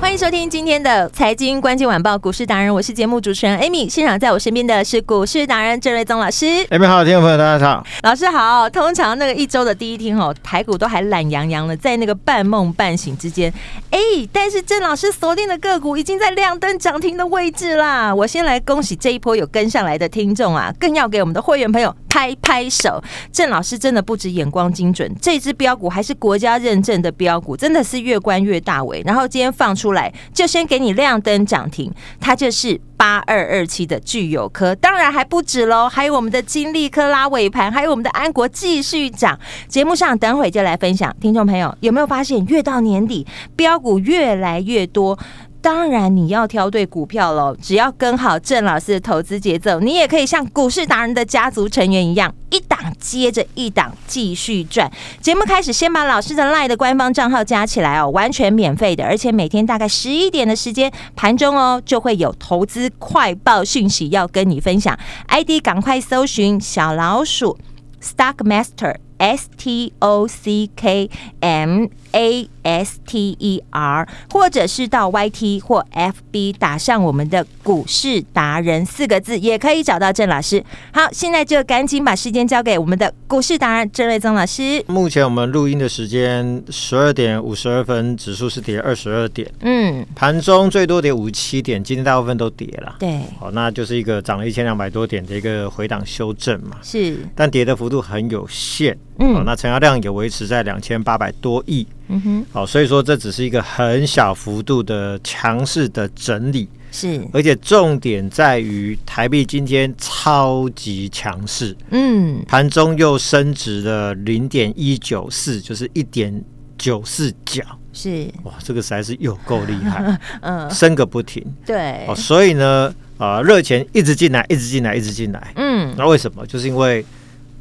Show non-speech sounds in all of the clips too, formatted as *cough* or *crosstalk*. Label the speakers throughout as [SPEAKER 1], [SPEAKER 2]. [SPEAKER 1] 欢迎收听今天的财经关键晚报股市达人，我是节目主持人 Amy。现场在我身边的是股市达人郑瑞宗老师，
[SPEAKER 2] 哎，你们好，听众朋友大家好。
[SPEAKER 1] 老师好。通常那个一周的第一天哦，台股都还懒洋洋的，在那个半梦半醒之间，哎，但是郑老师锁定的个股已经在亮灯涨停的位置啦。我先来恭喜这一波有跟上来的听众啊，更要给我们的会员朋友拍拍手。郑老师真的不止眼光精准，这只标股还是国家认证的标股，真的是越关越大尾。然后今天放出来，就先给你亮灯涨停，它就是八二二七的聚友科，当然还不止喽，还有我们的金利科拉尾盘，还有我们的安国继续涨。节目上等会就来分享，听众朋友有没有发现，越到年底标股越来越多？当然，你要挑对股票喽。只要跟好郑老师的投资节奏，你也可以像股市达人的家族成员一样，一档接着一档继续赚。节目开始，先把老师的 LINE 的官方账号加起来哦，完全免费的，而且每天大概十一点的时间盘中哦，就会有投资快报讯息要跟你分享。ID 赶快搜寻小老鼠 Stock Master S T O C K M A S T E R，或者是到 YT 或 FB 打上我们的“股市达人”四个字，也可以找到郑老师。好，现在就赶紧把时间交给我们的股市达人郑瑞宗老师。
[SPEAKER 2] 目前我们录音的时间十二点五十二分，指数是跌二十二点，
[SPEAKER 1] 嗯，
[SPEAKER 2] 盘中最多跌五十七点，今天大部分都跌了。
[SPEAKER 1] 对，
[SPEAKER 2] 好，那就是一个涨了一千两百多点的一个回档修正嘛，
[SPEAKER 1] 是，
[SPEAKER 2] 但跌的幅度很有限。
[SPEAKER 1] 嗯
[SPEAKER 2] 好，那成交量也维持在两千八百多亿。
[SPEAKER 1] 嗯哼，
[SPEAKER 2] 好，所以说这只是一个很小幅度的强势的整理，
[SPEAKER 1] 是，
[SPEAKER 2] 而且重点在于台币今天超级强势。
[SPEAKER 1] 嗯，
[SPEAKER 2] 盘中又升值了零点一九四，就是一点九四角，
[SPEAKER 1] 是，
[SPEAKER 2] 哇，这个实在是有够厉害，
[SPEAKER 1] *laughs* 嗯、哎
[SPEAKER 2] 升个不停
[SPEAKER 1] 对
[SPEAKER 2] 哦。，所以呢，啊、热钱一直进来，一直进来，一直进来。
[SPEAKER 1] 嗯，
[SPEAKER 2] 那为什么？就是因为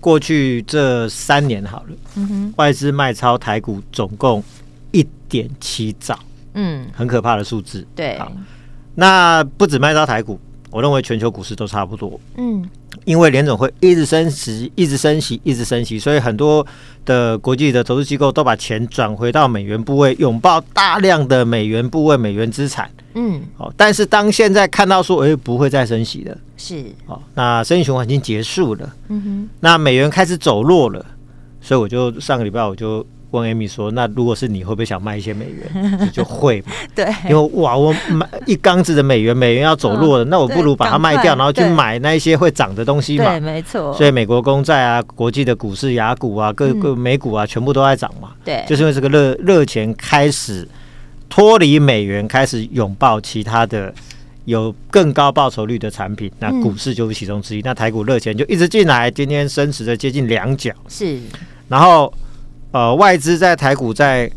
[SPEAKER 2] 过去这三年好了，
[SPEAKER 1] 嗯哼，
[SPEAKER 2] 外资卖超台股总共一点七兆，
[SPEAKER 1] 嗯，
[SPEAKER 2] 很可怕的数字。
[SPEAKER 1] 对，
[SPEAKER 2] 好那不止卖超台股，我认为全球股市都差不多。
[SPEAKER 1] 嗯，
[SPEAKER 2] 因为联总会一直升息，一直升息，一直升息，所以很多的国际的投资机构都把钱转回到美元部位，拥抱大量的美元部位、美元资产。
[SPEAKER 1] 嗯，
[SPEAKER 2] 哦，但是当现在看到说，哎，不会再升息了，
[SPEAKER 1] 是，
[SPEAKER 2] 哦，那升息循环已经结束了，
[SPEAKER 1] 嗯哼，
[SPEAKER 2] 那美元开始走弱了，所以我就上个礼拜我就问 Amy 说，那如果是你会不会想卖一些美元？你就会嘛，
[SPEAKER 1] 对，
[SPEAKER 2] 因为哇，我买一缸子的美元，美元要走弱了，那我不如把它卖掉，
[SPEAKER 1] 对赶快
[SPEAKER 2] 然后去
[SPEAKER 1] 对
[SPEAKER 2] 买那一些会涨的东西嘛
[SPEAKER 1] 对，。没错，
[SPEAKER 2] 所以美国公债啊、国际的股市、雅股啊、各
[SPEAKER 1] 嗯
[SPEAKER 2] 个美股啊，全部都在涨嘛。
[SPEAKER 1] 对，
[SPEAKER 2] 就是因为这个热热钱开始脱离美元，开始拥抱其他的有更高报酬率的产品，那
[SPEAKER 1] 嗯
[SPEAKER 2] 股市就是其中之一。那台股热钱就一直进来，今天升值了接近两角，
[SPEAKER 1] 是，
[SPEAKER 2] 然后呃外资在台股在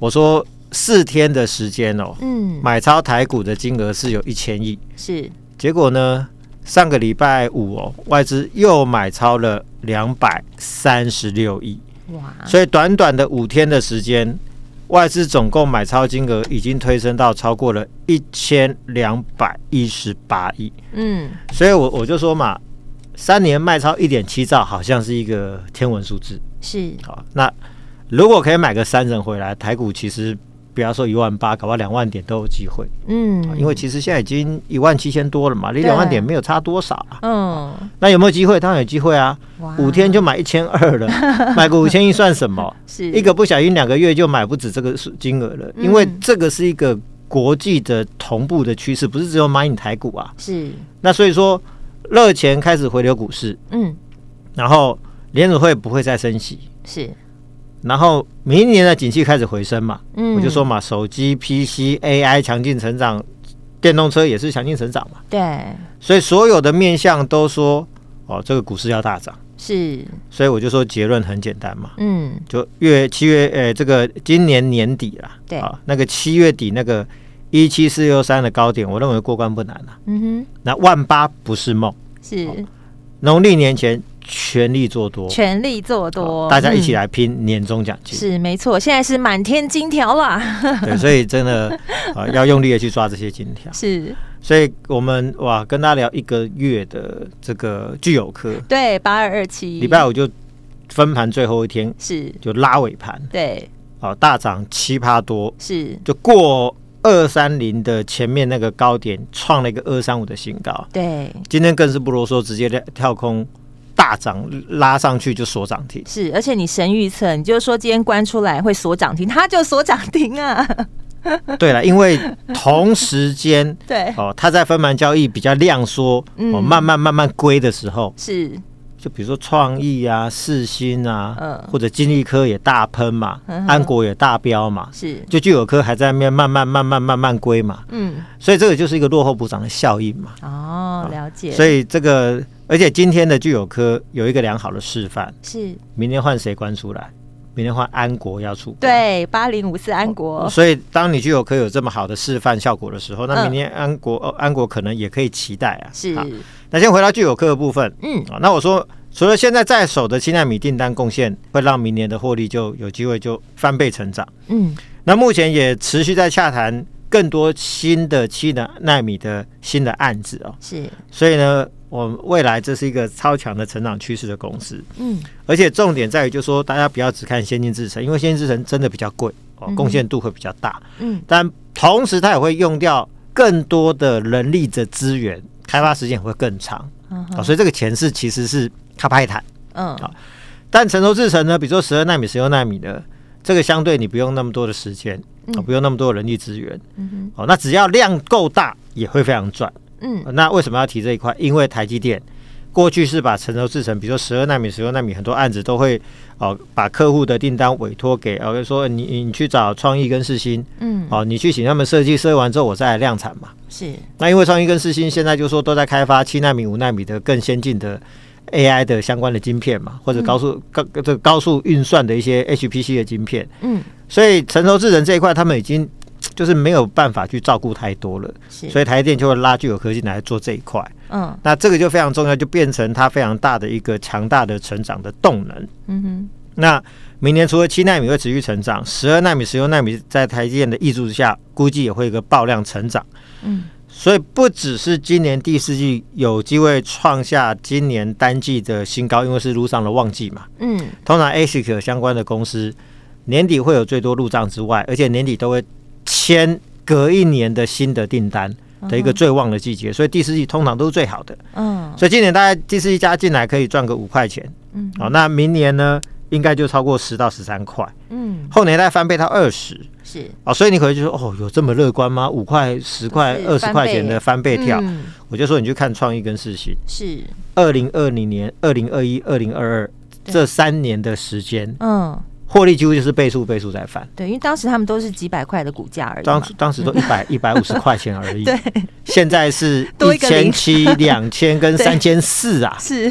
[SPEAKER 2] 我说四天的时间哦，
[SPEAKER 1] 嗯，
[SPEAKER 2] 买超台股的金额是有一千亿，
[SPEAKER 1] 是，
[SPEAKER 2] 结果呢，上个礼拜五哦，外资又买超了两百三十六亿，
[SPEAKER 1] 哇，
[SPEAKER 2] 所以短短的五天的时间，外资总共买超金额已经推升到超过了一千两百一十八亿。
[SPEAKER 1] 嗯，
[SPEAKER 2] 所以我我就说嘛，三年卖超一点七兆，好像是一个天文数字。
[SPEAKER 1] 是，
[SPEAKER 2] 好，那如果可以买个三人回来，台股其实不要说一万八，搞不好两万点都有机会，
[SPEAKER 1] 嗯，
[SPEAKER 2] 因为其实现在已经一万七千多了嘛，离两万点没有差多少啊。
[SPEAKER 1] 嗯，
[SPEAKER 2] 那有没有机会？当然有机会啊！
[SPEAKER 1] 哇
[SPEAKER 2] 五天就买一千
[SPEAKER 1] *laughs*
[SPEAKER 2] 二了，买个五千亿算什么？
[SPEAKER 1] 是
[SPEAKER 2] 一个不小心两个月就买不止这个数金额了，因为
[SPEAKER 1] 嗯
[SPEAKER 2] 这个是一个国际的同步的趋势，不是只有买你台股啊。
[SPEAKER 1] 是，
[SPEAKER 2] 那所以说，热钱开始回流股市，
[SPEAKER 1] 嗯，
[SPEAKER 2] 然后联储会不会再升息？
[SPEAKER 1] 是，
[SPEAKER 2] 然后明年的景气开始回升嘛，
[SPEAKER 1] 嗯
[SPEAKER 2] 我就说嘛，手机、PC、AI 强劲成长，电动车也是强劲成长嘛，
[SPEAKER 1] 对，
[SPEAKER 2] 所以所有的面向都说哦，这个股市要大涨，
[SPEAKER 1] 是，
[SPEAKER 2] 所以我就说结论很简单嘛，
[SPEAKER 1] 嗯，
[SPEAKER 2] 就月七月呃这个今年年底啦，
[SPEAKER 1] 对
[SPEAKER 2] 啊，那个七月底那个一七四六三的高点，我认为过关不难啊，
[SPEAKER 1] 嗯
[SPEAKER 2] 那万八不是梦，
[SPEAKER 1] 哼，是
[SPEAKER 2] 农历年前全力做多，
[SPEAKER 1] 全力做
[SPEAKER 2] 哦
[SPEAKER 1] 多，
[SPEAKER 2] 大家一起
[SPEAKER 1] 嗯。
[SPEAKER 2] 来拼年终奖金。
[SPEAKER 1] 是没错，现在是满天金条啦，
[SPEAKER 2] 对，所以
[SPEAKER 1] *laughs*
[SPEAKER 2] 真的啊、呃要用力的去抓这些金条。
[SPEAKER 1] 是
[SPEAKER 2] 所以我们哇，跟大家聊一个月的这个具有科，
[SPEAKER 1] 对八二二七，
[SPEAKER 2] 礼拜五就分盘最后一天
[SPEAKER 1] 是，
[SPEAKER 2] 就拉尾盘，
[SPEAKER 1] 对，
[SPEAKER 2] 啊，大涨七趴多，
[SPEAKER 1] 是，
[SPEAKER 2] 就过二三零的前面那个高点，创了一个二三五的新高。
[SPEAKER 1] 对，
[SPEAKER 2] 今天更是不啰嗦，直接跳跳空大涨拉上去就锁涨
[SPEAKER 1] *laughs*
[SPEAKER 2] 停。
[SPEAKER 1] 是，而且你神预测，你就是说今天关出来会锁涨停，它就锁涨停啊， *laughs*
[SPEAKER 2] 对了，因为同时间
[SPEAKER 1] 对，
[SPEAKER 2] 哦，它在分盘交易比较量缩，哦，
[SPEAKER 1] 嗯
[SPEAKER 2] 慢慢慢慢归的时候，
[SPEAKER 1] 是，
[SPEAKER 2] 就比如说创意啊、世新啊，
[SPEAKER 1] 嗯
[SPEAKER 2] 或者金利科也大喷嘛，
[SPEAKER 1] 嗯哼
[SPEAKER 2] 安国也大飙嘛，
[SPEAKER 1] 是，
[SPEAKER 2] 就聚友科还在那边慢慢慢慢慢慢归嘛，
[SPEAKER 1] 嗯，
[SPEAKER 2] 所以这个就是一个落后补涨的效应嘛。
[SPEAKER 1] 哦，了解，
[SPEAKER 2] 所以这个，而且今天的聚友科有一个良好的示范，
[SPEAKER 1] 是
[SPEAKER 2] 明天换谁关出来？明天换安国要出。。
[SPEAKER 1] 对八零五四安国，
[SPEAKER 2] 所以，当你聚友科有这么好的示范效果的时候，那
[SPEAKER 1] 嗯
[SPEAKER 2] 明天安国、哦、安国可能也可以期待啊。
[SPEAKER 1] 是，
[SPEAKER 2] 好那先回到聚友科的部分，
[SPEAKER 1] 嗯，
[SPEAKER 2] 啊，那我说，除了现在在手的七纳米订单贡献，会让明年的获利就有机会就翻倍成长。
[SPEAKER 1] 嗯，
[SPEAKER 2] 那目前也持续在洽谈更多新的七纳纳米的新的案子哦，
[SPEAKER 1] 是，
[SPEAKER 2] 所以呢，我们未来这是一个超强的成长趋势的公司，
[SPEAKER 1] 嗯，
[SPEAKER 2] 而且重点在于，就是说大家不要只看先进制程，因为先进制程真的比较贵哦
[SPEAKER 1] 嗯，哼
[SPEAKER 2] 贡献度会比较大，
[SPEAKER 1] 嗯，
[SPEAKER 2] 但同时它也会用掉更多的人力的资源，开发时间也会更长。
[SPEAKER 1] 嗯哼
[SPEAKER 2] 啊，所以这个钱是其实是卡派坦，
[SPEAKER 1] 嗯，
[SPEAKER 2] 好但成熟制程呢，比如说十二纳米、十六纳米的，这个相对你不用那么多的时间，啊、
[SPEAKER 1] 嗯
[SPEAKER 2] 不用那么多的人力资源，
[SPEAKER 1] 嗯
[SPEAKER 2] 哦，那只要量够大，也会非常赚、哦
[SPEAKER 1] 哼，嗯，
[SPEAKER 2] 那为什么要提这一块？因为台积电过去是把成熟制程，比如说十二纳米、十六纳米很多案子都会哦，把客户的订单委托给哦，就说你你你去找创意跟世新，
[SPEAKER 1] 嗯，
[SPEAKER 2] 哦，你去请他们设计，设计完之后我再来量产嘛。
[SPEAKER 1] 是，
[SPEAKER 2] 那因为创意跟世新现在就说都在开发七纳米、五纳米的更先进的 AI 的相关的晶片嘛，或者高速、高这个高速运算的一些 HPC 的晶片，
[SPEAKER 1] 嗯，
[SPEAKER 2] 所以成熟智能这一块他们已经就是没有办法去照顾太多了，
[SPEAKER 1] 是，
[SPEAKER 2] 所以台积电就会拉具有科技来做这一块。
[SPEAKER 1] 嗯，
[SPEAKER 2] 那这个就非常重要，就变成它非常大的一个强大的成长的动能。
[SPEAKER 1] 嗯哼，
[SPEAKER 2] 那明年除了七纳米会持续成长，十二纳米、十六纳米在台积电的挹注之下，估计也会有一个爆量成长。
[SPEAKER 1] 嗯，
[SPEAKER 2] 所以不只是今年第四季有机会创下今年单季的新高，因为是入上的旺季嘛。
[SPEAKER 1] 嗯，
[SPEAKER 2] 通常 ASIC 相关的公司年底会有最多入账之外，而且年底都会签隔一年的新的订单的一个最旺的季节，所以第四季通常都是最好的。
[SPEAKER 1] 嗯，
[SPEAKER 2] 所以今年大概第四季加进来可以赚个五块钱，
[SPEAKER 1] 嗯，
[SPEAKER 2] 好、那明年呢应该就超过十到十三块，
[SPEAKER 1] 嗯，
[SPEAKER 2] 后年再翻倍到二十。
[SPEAKER 1] 是，
[SPEAKER 2] 哦，所以你可能就说，哦，有这么乐观吗？五块、十块、
[SPEAKER 1] 是
[SPEAKER 2] 二十块钱的翻倍跳，
[SPEAKER 1] 嗯
[SPEAKER 2] 我就说你去看创意跟世新，
[SPEAKER 1] 是，
[SPEAKER 2] 二零二零年、二零二一、二零二二
[SPEAKER 1] 对
[SPEAKER 2] 这三年的时间，
[SPEAKER 1] 嗯，
[SPEAKER 2] 获利几乎就是倍数倍数在翻。
[SPEAKER 1] 对，因为当时他们都是几百块的股价而已嘛
[SPEAKER 2] 当，当时都一百一百五十块钱而已，
[SPEAKER 1] 嗯 *laughs* 对，
[SPEAKER 2] 现在是
[SPEAKER 1] 多
[SPEAKER 2] 一
[SPEAKER 1] 一个零
[SPEAKER 2] 千七、两千跟
[SPEAKER 1] *laughs* 对
[SPEAKER 2] 三千四啊，
[SPEAKER 1] 是，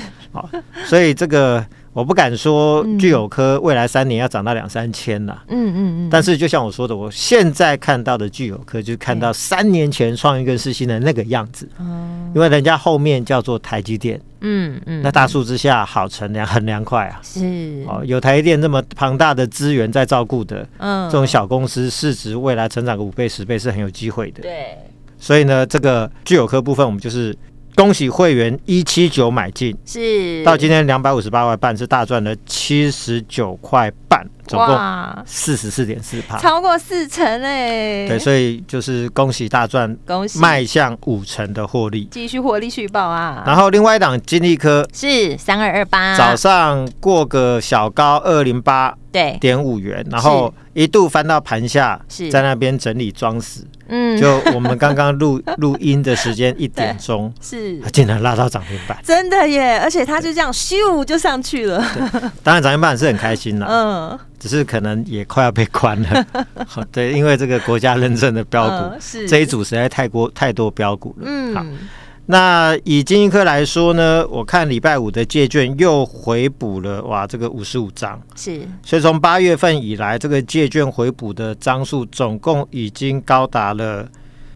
[SPEAKER 2] 所以这个我不敢说
[SPEAKER 1] 嗯
[SPEAKER 2] 聚友科未来三年要涨到两三千了。
[SPEAKER 1] 嗯嗯嗯，
[SPEAKER 2] 但是就像我说的，我现在看到的具有科，就是看到三年前创意跟世新的那个样子，
[SPEAKER 1] 嗯
[SPEAKER 2] 因为人家后面叫做台积电，
[SPEAKER 1] 嗯嗯，
[SPEAKER 2] 那大树之下好乘凉，很凉快啊。
[SPEAKER 1] 是，
[SPEAKER 2] 哦，有台积电这么庞大的资源在照顾的
[SPEAKER 1] 嗯
[SPEAKER 2] 这种小公司，市值未来成长个五倍十倍是很有机会的。
[SPEAKER 1] 对，
[SPEAKER 2] 所以呢，这个具有科部分，我们就是恭喜会员一七九买进，
[SPEAKER 1] 是
[SPEAKER 2] 到今天两百五十八块半是大赚了七十九块半，总共
[SPEAKER 1] 哇，
[SPEAKER 2] 四十四点四趴。
[SPEAKER 1] 超过四成哎、
[SPEAKER 2] 对，所以就是恭喜大赚，
[SPEAKER 1] 恭喜
[SPEAKER 2] 迈向五成的获利。
[SPEAKER 1] 继续获利续报啊，
[SPEAKER 2] 然后另外一档金利科
[SPEAKER 1] 是三二二八，
[SPEAKER 2] 早上过个小高二零八
[SPEAKER 1] 对，
[SPEAKER 2] 点五元，然后一度翻到盘下，
[SPEAKER 1] 是
[SPEAKER 2] 在那边整理装死。
[SPEAKER 1] 嗯，
[SPEAKER 2] 就我们刚刚
[SPEAKER 1] *laughs*
[SPEAKER 2] 录录音的时间一点钟，啊
[SPEAKER 1] 是
[SPEAKER 2] 它竟然拉到涨停板。
[SPEAKER 1] 真的耶，而且它就这样咻就上去了，
[SPEAKER 2] 当然涨停板是很开心啦，
[SPEAKER 1] 嗯，
[SPEAKER 2] 只是可能也快要被关
[SPEAKER 1] *laughs*
[SPEAKER 2] 了。好对，因为这个国家认证的标股，
[SPEAKER 1] 嗯是
[SPEAKER 2] 这一组实在太过太多标股了。好
[SPEAKER 1] 嗯，
[SPEAKER 2] 那以金一科来说呢，我看礼拜五的借券又回补了，哇，这个五十五张，
[SPEAKER 1] 是
[SPEAKER 2] 所以从八月份以来，这个借券回补的张数总共已经高达了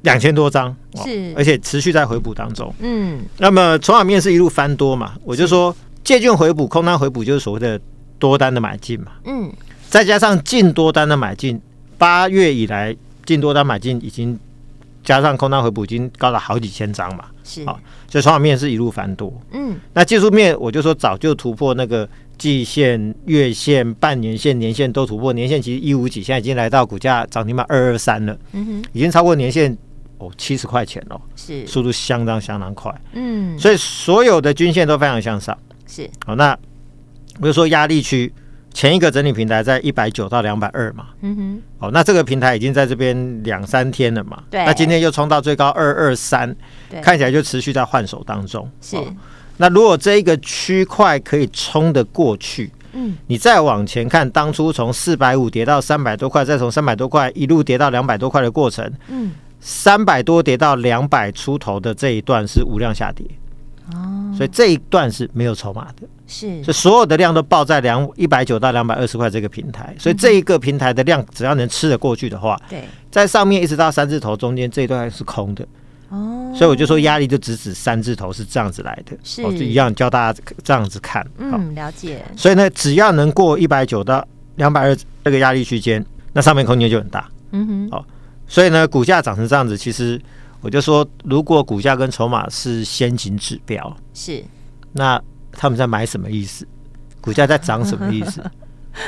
[SPEAKER 2] 两千多张，哇
[SPEAKER 1] 是
[SPEAKER 2] 而且持续在回补当中。
[SPEAKER 1] 嗯
[SPEAKER 2] 那么筹码面是一路翻多嘛，我就说借券回补、空单回补就是所谓的多单的买进嘛，
[SPEAKER 1] 嗯
[SPEAKER 2] 再加上净多单的买进，八月以来净多单买进已经加上空单回补已经高达好几千张嘛，
[SPEAKER 1] 是
[SPEAKER 2] 好所以筹码面是一路翻多。
[SPEAKER 1] 嗯
[SPEAKER 2] 那技术面我就说早就突破那个季线、月线、半年线、年线都突破，年线其实一五几，现在已经来到股价涨停板二二三了，
[SPEAKER 1] 嗯哼
[SPEAKER 2] 已经超过年线哦七十块钱哦，
[SPEAKER 1] 是
[SPEAKER 2] 速度相当相当快，
[SPEAKER 1] 嗯
[SPEAKER 2] 所以所有的均线都非常向上。
[SPEAKER 1] 是
[SPEAKER 2] 好，那我就说压力区前一个整理平台在一百九到两百二嘛，
[SPEAKER 1] 嗯哼
[SPEAKER 2] 哦，那这个平台已经在这边两三天了嘛，
[SPEAKER 1] 对
[SPEAKER 2] 那今天又冲到最高二二三
[SPEAKER 1] 对，
[SPEAKER 2] 看起来就持续在换手当中，
[SPEAKER 1] 是
[SPEAKER 2] 哦那如果这一个区块可以冲得过去，
[SPEAKER 1] 嗯
[SPEAKER 2] 你再往前看，当初从四百五跌到三百多块，再从三百多块一路跌到两百多块的过程，
[SPEAKER 1] 嗯
[SPEAKER 2] 三百多跌到两百出头的这一段是无量下跌，
[SPEAKER 1] 哦
[SPEAKER 2] 所以这一段是没有筹码的，
[SPEAKER 1] 是
[SPEAKER 2] 所以所有的量都报在两一百九到两百二十块这个平台，所以这一个平台的量只要能吃得过去的话，
[SPEAKER 1] 对
[SPEAKER 2] 在上面一直到三字头中间这一段是空的，
[SPEAKER 1] 哦
[SPEAKER 2] 所以我就说压力就直指三字头是这样子来的，
[SPEAKER 1] 是
[SPEAKER 2] 哦就一样教大家这样子看，好
[SPEAKER 1] 嗯了解
[SPEAKER 2] 所以呢，只要能过一百九到两百二这个压力区间，那上面空间就很大。
[SPEAKER 1] 嗯哼
[SPEAKER 2] 好所以呢，股价涨成这样子，其实我就说，如果股价跟筹码是先行指标，
[SPEAKER 1] 是
[SPEAKER 2] 那他们在买什么意思？股价在涨什么意
[SPEAKER 1] *laughs*
[SPEAKER 2] 思？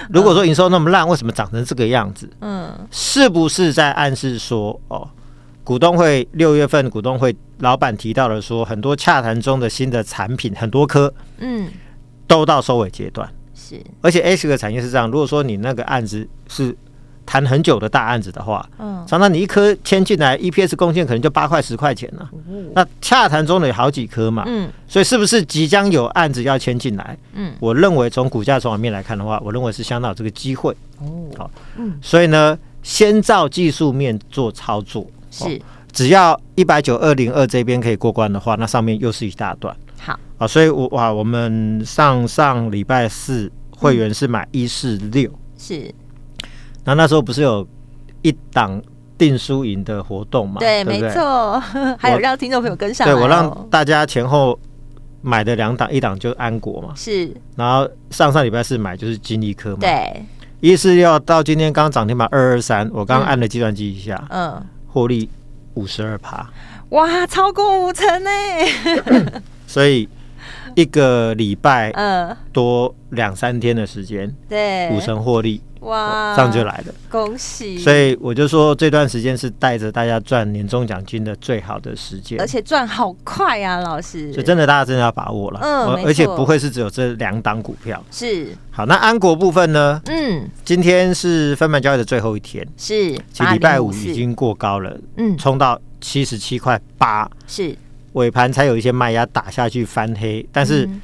[SPEAKER 2] 如果说营收那么烂，为什么涨成这个样子？
[SPEAKER 1] 嗯
[SPEAKER 2] 是不是在暗示说，哦，股东会六月份股东会老板提到了说，很多洽谈中的新的产品很多颗
[SPEAKER 1] 嗯
[SPEAKER 2] 都到收尾阶段。
[SPEAKER 1] 是
[SPEAKER 2] 而且 H 个产业是这样，如果说你那个案子是谈很久的大案子的话，
[SPEAKER 1] 嗯
[SPEAKER 2] 常常你一颗签进来，EPS 贡献可能就八块十块钱了、那洽谈中的有好几颗嘛，
[SPEAKER 1] 哦嗯
[SPEAKER 2] 所以是不是即将有案子要签进来？
[SPEAKER 1] 嗯
[SPEAKER 2] 我认为从股价从方面来看的话，我认为是相当有这个机会。
[SPEAKER 1] 哦
[SPEAKER 2] 好
[SPEAKER 1] 嗯
[SPEAKER 2] 所以呢，先照技术面做操作，
[SPEAKER 1] 是
[SPEAKER 2] 只要一百九二零二这边可以过关的话，那上面又是一大段。
[SPEAKER 1] 好
[SPEAKER 2] 啊，所以我哇，我们上上礼拜四会员是买一四六，
[SPEAKER 1] 是
[SPEAKER 2] 那那时候不是有一档定输赢的活动嘛？
[SPEAKER 1] 对
[SPEAKER 2] 不
[SPEAKER 1] 没。
[SPEAKER 2] *laughs*
[SPEAKER 1] 错还有
[SPEAKER 2] 我
[SPEAKER 1] 让听众朋友跟上
[SPEAKER 2] 对
[SPEAKER 1] 来
[SPEAKER 2] 我
[SPEAKER 1] 哦
[SPEAKER 2] 让大家前后买的两档，一档就是安国嘛，
[SPEAKER 1] 是
[SPEAKER 2] 然后上上礼拜四买就是金立科嘛，，
[SPEAKER 1] 对
[SPEAKER 2] 一四六到今天刚涨停板二二三，我刚刚按了计算机一下，
[SPEAKER 1] 嗯
[SPEAKER 2] 获利五十二趴，
[SPEAKER 1] 哇超过五成呢
[SPEAKER 2] 所以一个礼拜
[SPEAKER 1] 嗯
[SPEAKER 2] 多两三天的时间，
[SPEAKER 1] 对啊嗯
[SPEAKER 2] 五成获利，
[SPEAKER 1] 哇
[SPEAKER 2] 这样就来了。
[SPEAKER 1] 恭喜
[SPEAKER 2] 所以我就说这段时间是带着大家赚年终奖金的最好的时间
[SPEAKER 1] 而。且赚好快啊老师
[SPEAKER 2] 所以真的，大家真的要把握了，
[SPEAKER 1] 嗯
[SPEAKER 2] 我
[SPEAKER 1] 没错
[SPEAKER 2] 而且不会是只有这两档股票。
[SPEAKER 1] 是
[SPEAKER 2] 好，那安国部分呢？
[SPEAKER 1] 嗯
[SPEAKER 2] 今天是分盘交易的最后一天，
[SPEAKER 1] 是
[SPEAKER 2] 其实礼拜五
[SPEAKER 1] 8054
[SPEAKER 2] 已经过高了，
[SPEAKER 1] 嗯
[SPEAKER 2] 冲到七十七块八，
[SPEAKER 1] 是
[SPEAKER 2] 尾盘才有一些卖压打下去翻黑，但是
[SPEAKER 1] 嗯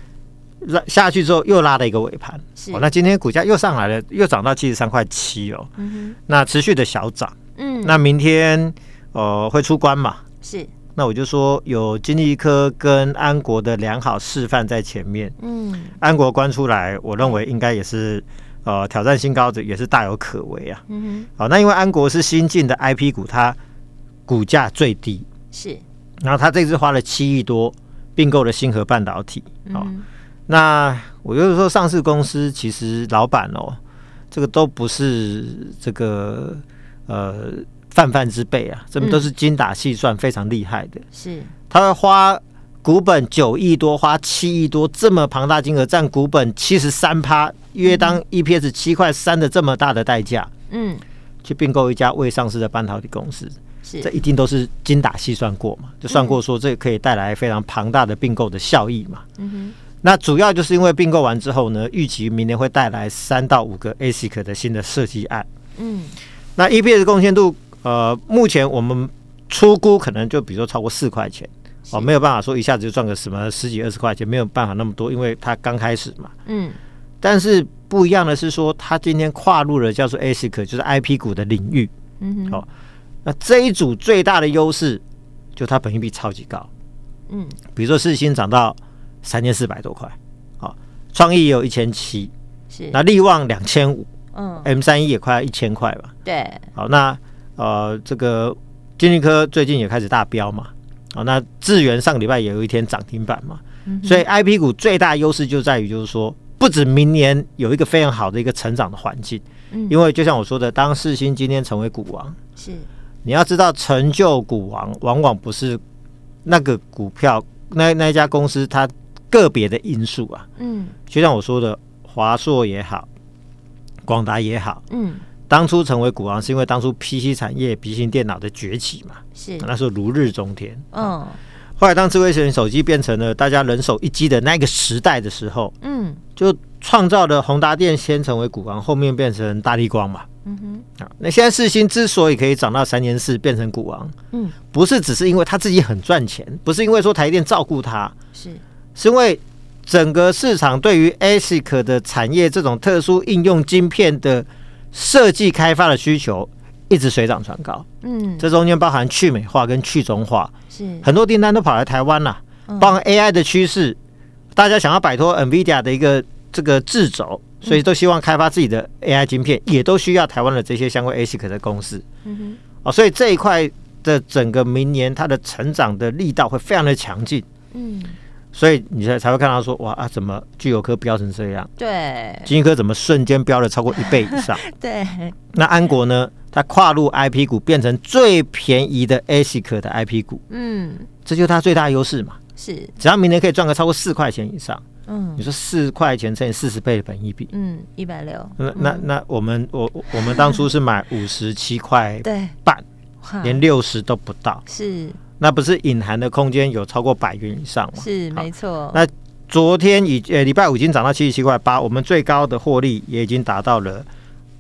[SPEAKER 2] 拉下去之后又拉了一个尾盘。
[SPEAKER 1] 是
[SPEAKER 2] 哦，那今天股价又上来了，又涨到七十三块七哦，
[SPEAKER 1] 嗯
[SPEAKER 2] 那持续的小涨。
[SPEAKER 1] 哼嗯
[SPEAKER 2] 那明天呃会出关嘛？
[SPEAKER 1] 是
[SPEAKER 2] 那我就说有金立科跟安国的良好示范在前面，
[SPEAKER 1] 嗯
[SPEAKER 2] 安国关出来，我认为应该也是呃挑战新高者，也是大有可为啊。
[SPEAKER 1] 嗯
[SPEAKER 2] 好，那因为安国是新进的 IP 股，它股价最低，
[SPEAKER 1] 哼是
[SPEAKER 2] 然后它这次花了七亿多并购了星河半导体。好、
[SPEAKER 1] 嗯
[SPEAKER 2] 那我就是说，上市公司其实老板哦，这个都不是这个呃泛泛之辈啊，这
[SPEAKER 1] 嗯
[SPEAKER 2] 都是精打细算，非常厉害的。
[SPEAKER 1] 是
[SPEAKER 2] 他花股本九亿多，花七亿多，这么庞大金额，占股本七十三趴，约当 EPS 七块三的这么大的代价，
[SPEAKER 1] 嗯
[SPEAKER 2] 去并购一家未上市的半导体公司，这
[SPEAKER 1] 是嗯
[SPEAKER 2] 一定都是精打细算过嘛？就算过说这可以带来非常庞大的并购的效益嘛？
[SPEAKER 1] 嗯
[SPEAKER 2] 那主要就是因为并购完之后呢，预期明年会带来三到五个 ASIC 的新的设计案。
[SPEAKER 1] 哼嗯
[SPEAKER 2] 那 EPS 贡献度，呃，目前我们初估可能就比如说超过四块钱，哦，没有办法说一下子就赚个什么十几二十块钱，没有办法那么多，因为它刚开始嘛。
[SPEAKER 1] 嗯
[SPEAKER 2] 但是不一样的是说，它今天跨入了叫做 ASIC，就是 IP 股的领域。
[SPEAKER 1] 嗯哼，
[SPEAKER 2] 好那这一组最大的优势，就它本益比超级高。
[SPEAKER 1] 嗯，
[SPEAKER 2] 比如说世新涨到三千四百多块，好，创意也有一千七，
[SPEAKER 1] 是，
[SPEAKER 2] 那力旺两千五
[SPEAKER 1] 嗯，
[SPEAKER 2] ，M 三一也快一千块吧。
[SPEAKER 1] 对，
[SPEAKER 2] 好，那呃，这个金立科最近也开始大飙嘛。好，那智源上个礼拜也有一天涨停板嘛。所以 I P 股最大优势就在于，就是说，不止明年有一个非常好的一个成长的环境，
[SPEAKER 1] 嗯
[SPEAKER 2] 因为就像我说的，当世新今天成为股王，
[SPEAKER 1] 是，
[SPEAKER 2] 你要知道，成就股王往往不是那个股票那那一家公司它个别的因素啊，
[SPEAKER 1] 嗯
[SPEAKER 2] 就像我说的，华硕也好，广达也好，
[SPEAKER 1] 嗯，
[SPEAKER 2] 当初成为股王是因为当初 PC 产业、笔型电脑的崛起嘛，
[SPEAKER 1] 是，
[SPEAKER 2] 那时候如日中天。
[SPEAKER 1] 嗯
[SPEAKER 2] 后来当智慧型手机变成了大家人手一机的那个时代的时候，
[SPEAKER 1] 嗯
[SPEAKER 2] 就创造了宏达电先成为股王，后面变成大力光嘛。
[SPEAKER 1] 嗯哼，
[SPEAKER 2] 啊，那现在世新之所以可以涨到三年四变成股王，
[SPEAKER 1] 嗯，
[SPEAKER 2] 不是只是因为他自己很赚钱，不是因为说台积电照顾他，
[SPEAKER 1] 是，
[SPEAKER 2] 是因为整个市场对于 ASIC 的产业这种特殊应用晶片的设计开发的需求一直水涨船高。
[SPEAKER 1] 嗯
[SPEAKER 2] 这中间包含去美化跟去中化，
[SPEAKER 1] 是，
[SPEAKER 2] 很多订单都跑来台湾啦、
[SPEAKER 1] 嗯
[SPEAKER 2] 包含 AI 的趋势，大家想要摆脱 NVIDIA 的一个这个制肘，
[SPEAKER 1] 嗯
[SPEAKER 2] 所以都希望开发自己的 AI 晶片，也都需要台湾的这些相关 ASIC 的公司。
[SPEAKER 1] 嗯
[SPEAKER 2] 哦，所以这一块的整个明年它的成长的力道会非常的强劲，
[SPEAKER 1] 哼，嗯，
[SPEAKER 2] 所以你才才会看到说，哇啊，怎么具有科飙成这样，
[SPEAKER 1] 对
[SPEAKER 2] 金科怎么瞬间飙了超过一倍
[SPEAKER 1] *laughs*
[SPEAKER 2] 以上？
[SPEAKER 1] 对，
[SPEAKER 2] 那安国呢？它跨入 IP 股，变成最便宜的 ASIC 的 IP 股，
[SPEAKER 1] 嗯
[SPEAKER 2] 这就是它最大的优势嘛。
[SPEAKER 1] 是，
[SPEAKER 2] 只要明年可以赚个超过四块钱以上，
[SPEAKER 1] 嗯
[SPEAKER 2] 你说四块钱乘以四十倍的本益比，
[SPEAKER 1] 嗯，一百六，
[SPEAKER 2] 那那
[SPEAKER 1] 嗯
[SPEAKER 2] 那我们我我我们当初是买五十七
[SPEAKER 1] *laughs*
[SPEAKER 2] 块
[SPEAKER 1] 对，
[SPEAKER 2] 半，
[SPEAKER 1] 哇
[SPEAKER 2] 连六十都不到，
[SPEAKER 1] 是
[SPEAKER 2] 那不是隐含的空间有超过百元以上吗？
[SPEAKER 1] 是
[SPEAKER 2] 好
[SPEAKER 1] 没错，
[SPEAKER 2] 那昨天已呃礼拜五已经涨到七十七块八，我们最高的获利也已经达到了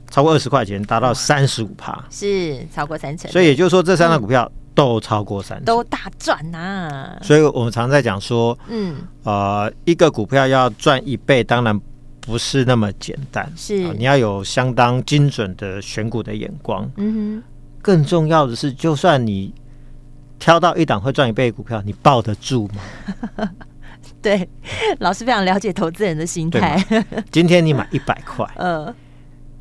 [SPEAKER 2] 超过二十块钱，达到三十五趴，
[SPEAKER 1] 是超过三成，
[SPEAKER 2] 所以也就是说这三档股票都超过三成。
[SPEAKER 1] 嗯都大赚啊呐，
[SPEAKER 2] 所以我们常在讲说，
[SPEAKER 1] 嗯
[SPEAKER 2] 呃，一个股票要赚一倍，当然不是那么简单，
[SPEAKER 1] 是
[SPEAKER 2] 啊你要有相当精准的选股的眼光。
[SPEAKER 1] 嗯
[SPEAKER 2] 更重要的是，就算你挑到一档会赚一倍的股票，你抱得住吗？
[SPEAKER 1] 哼，对，老师非常了解投资人的心态，
[SPEAKER 2] 今天你买一百块，
[SPEAKER 1] 呃，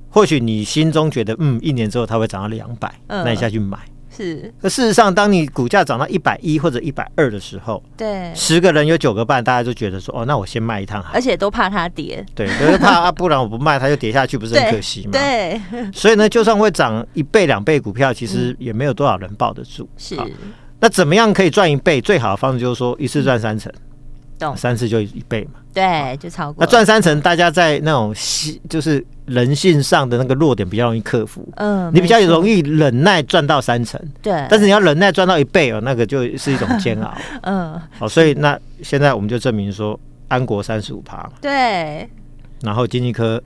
[SPEAKER 2] 或许你心中觉得，嗯，一年之后它会涨到两百、
[SPEAKER 1] 嗯
[SPEAKER 2] 那你下去买。
[SPEAKER 1] *laughs* 是
[SPEAKER 2] 可事实上，当你股价涨到一百一或者一百二的时候，
[SPEAKER 1] 对，
[SPEAKER 2] 十个人有九个半，大家都觉得说，哦，那我先卖一趟好
[SPEAKER 1] 而
[SPEAKER 2] 了。
[SPEAKER 1] 且都怕它跌，
[SPEAKER 2] 对，就是怕、啊、不然我不卖，它就跌下去，不是很
[SPEAKER 1] 对
[SPEAKER 2] 可惜吗？
[SPEAKER 1] 对，
[SPEAKER 2] 所以呢，就算会涨一倍、两倍股票，其实也没有多少人抱得住。
[SPEAKER 1] 嗯是
[SPEAKER 2] 好那怎么样可以赚一倍？最好的方式就是说一次赚三成，
[SPEAKER 1] 嗯懂
[SPEAKER 2] 三次就一倍嘛。
[SPEAKER 1] 对，就超过
[SPEAKER 2] 那赚三成，大家在那种西就是人性上的那个弱点比较容易克服，
[SPEAKER 1] 嗯，
[SPEAKER 2] 你比较
[SPEAKER 1] 没错
[SPEAKER 2] 容易忍耐赚到三成，
[SPEAKER 1] 对，
[SPEAKER 2] 但是你要忍耐赚到一倍哦，那个就是
[SPEAKER 1] *laughs*
[SPEAKER 2] 一种煎熬。
[SPEAKER 1] 嗯，
[SPEAKER 2] 好，所以那现在我们就证明说，安国三十五趴，
[SPEAKER 1] 对，
[SPEAKER 2] 然后经济科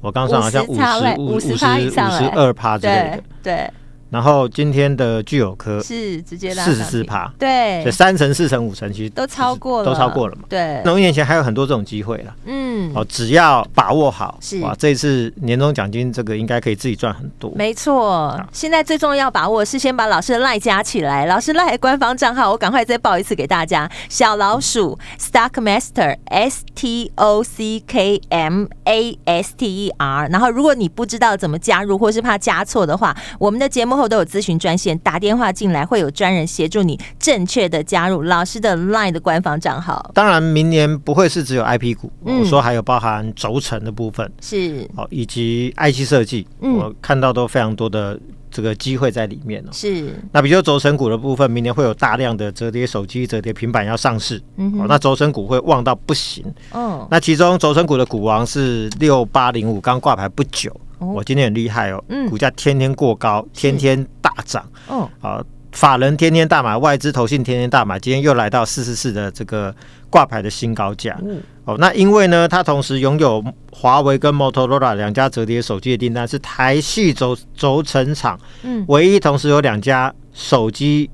[SPEAKER 2] 我刚上好像五
[SPEAKER 1] 50差嘞
[SPEAKER 2] 十五、五十、五
[SPEAKER 1] 50%以
[SPEAKER 2] 十
[SPEAKER 1] 上嘞
[SPEAKER 2] 二趴之类的
[SPEAKER 1] 对，对，
[SPEAKER 2] 然后今天的具有科
[SPEAKER 1] 是直接拉
[SPEAKER 2] 四十四
[SPEAKER 1] 上去，
[SPEAKER 2] 趴，
[SPEAKER 1] 对
[SPEAKER 2] 所以，三成、四成、五成其实
[SPEAKER 1] 都超过了，
[SPEAKER 2] 都超过了嘛。
[SPEAKER 1] 对，
[SPEAKER 2] 农业前还有很多这种机会啦，
[SPEAKER 1] 嗯，
[SPEAKER 2] 哦，只要把握好，
[SPEAKER 1] 是
[SPEAKER 2] 哇，这次年终奖金这个应该可以自己赚很多。
[SPEAKER 1] 没错，现在最重要把握是先把老师的赖加起来，老师赖的官方账号我赶快再报一次给大家，小老鼠 Stock Master S T O C K M A S T E R。然后如果你不知道怎么加入，或是怕加错的话，我们的节目后都有咨询专线，打电话进来会有专人协助你正确的加入老师的 LINE 的官方账号。
[SPEAKER 2] 当然，明年不会是只有 IP 股，
[SPEAKER 1] 嗯
[SPEAKER 2] 我说还有包含轴承的部分，
[SPEAKER 1] 是
[SPEAKER 2] 哦，以及 IC 设计，
[SPEAKER 1] 嗯
[SPEAKER 2] 我看到都非常多的这个机会在里面哦。
[SPEAKER 1] 是，
[SPEAKER 2] 那比如说轴承股的部分，明年会有大量的折叠手机、折叠平板要上市，
[SPEAKER 1] 嗯
[SPEAKER 2] 哦
[SPEAKER 1] 哼，，
[SPEAKER 2] 那轴承股会旺到不行。
[SPEAKER 1] 嗯，
[SPEAKER 2] 那其中轴承股的股王是六八零五，刚挂牌不久，
[SPEAKER 1] 哦
[SPEAKER 2] 我今天很厉害哦，
[SPEAKER 1] 嗯
[SPEAKER 2] 股价天天过高，天天大涨
[SPEAKER 1] 哦，
[SPEAKER 2] 啊。法人天天大买，外资投信天天大买，今天又来到四四四的这个挂牌的新高价。哦，那因为呢，它同时拥有华为跟 Motorola 两家折叠手机的订单，是台系轴轴承厂
[SPEAKER 1] 嗯，
[SPEAKER 2] 唯一同时有两家手机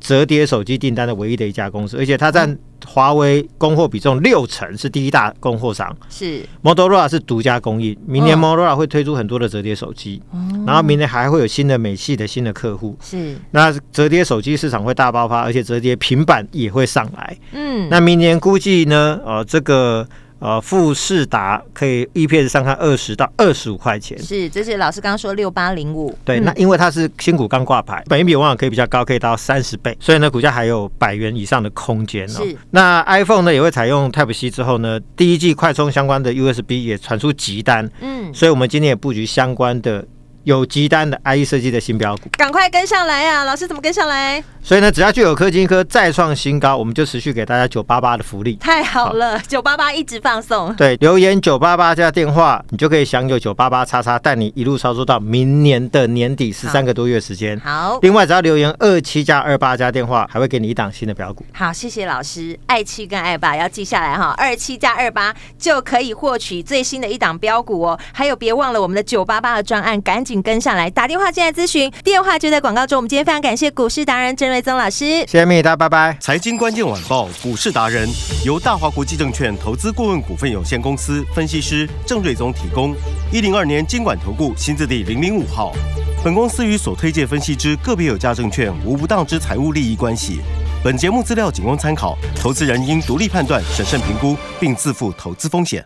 [SPEAKER 2] 折叠手机订单的唯一的一家公司，而且它占华为供货比重六成，是第一大供货商。
[SPEAKER 1] 是
[SPEAKER 2] 摩托罗拉是独家供应，明年
[SPEAKER 1] 嗯
[SPEAKER 2] 摩托罗拉会推出很多的折叠手机，然后明年还会有新的美系的新的客户。
[SPEAKER 1] 是，
[SPEAKER 2] 那折叠手机市场会大爆发，而且折叠平板也会上来。
[SPEAKER 1] 嗯，
[SPEAKER 2] 那明年估计呢，呃，这个呃富士达可以 EPS 上看二十到二十五块钱。
[SPEAKER 1] 是，这是老师刚刚说六八零五，
[SPEAKER 2] 对，那因为它是新股刚挂牌，本益比往往可以比较高，可以到三十倍，所以呢，股价还有百元以上的空间哦
[SPEAKER 1] 是。
[SPEAKER 2] 那 iPhone 呢也会采用 Type C 之后呢，第一季快充相关的 USB 也传出急单，
[SPEAKER 1] 嗯，
[SPEAKER 2] 所以我们今天也布局相关的有急单的 IE 设计的新标股。
[SPEAKER 1] 赶快跟上来啊！老师怎么跟上来？
[SPEAKER 2] 所以呢，只要具有科技科再创新高，我们就持续给大家九八八的福利。
[SPEAKER 1] 太好了，九八八一直放送，
[SPEAKER 2] 对，留言九八八加电话，你就可以享有九八八叉叉带你一路操作到明年的年底十三个多月时间。
[SPEAKER 1] 好。
[SPEAKER 2] 另外，只要留言二七加二八加电话，还会给你一档新的标股。
[SPEAKER 1] 好，谢谢老师。爱七跟爱八要记下来哈，二七加二八就可以获取最新的一档标股哦。还有，别忘了我们的九八八的专案，赶紧跟上来，打电话进来咨询，电话就在广告中。我们今天非常感谢股市达人郑瑞增老师。
[SPEAKER 2] 谢谢米大，拜拜。
[SPEAKER 3] 财经关键晚报股市达人由大华国际证券投资顾问股份有限公司分析师郑瑞宗提供。一零二年经管投顾新字第零零五号。本公司与所推介分析之个别有价证券无不当之财务利益关系。本节目资料仅供参考，投资人应独立判断、审慎评估，并自负投资风险。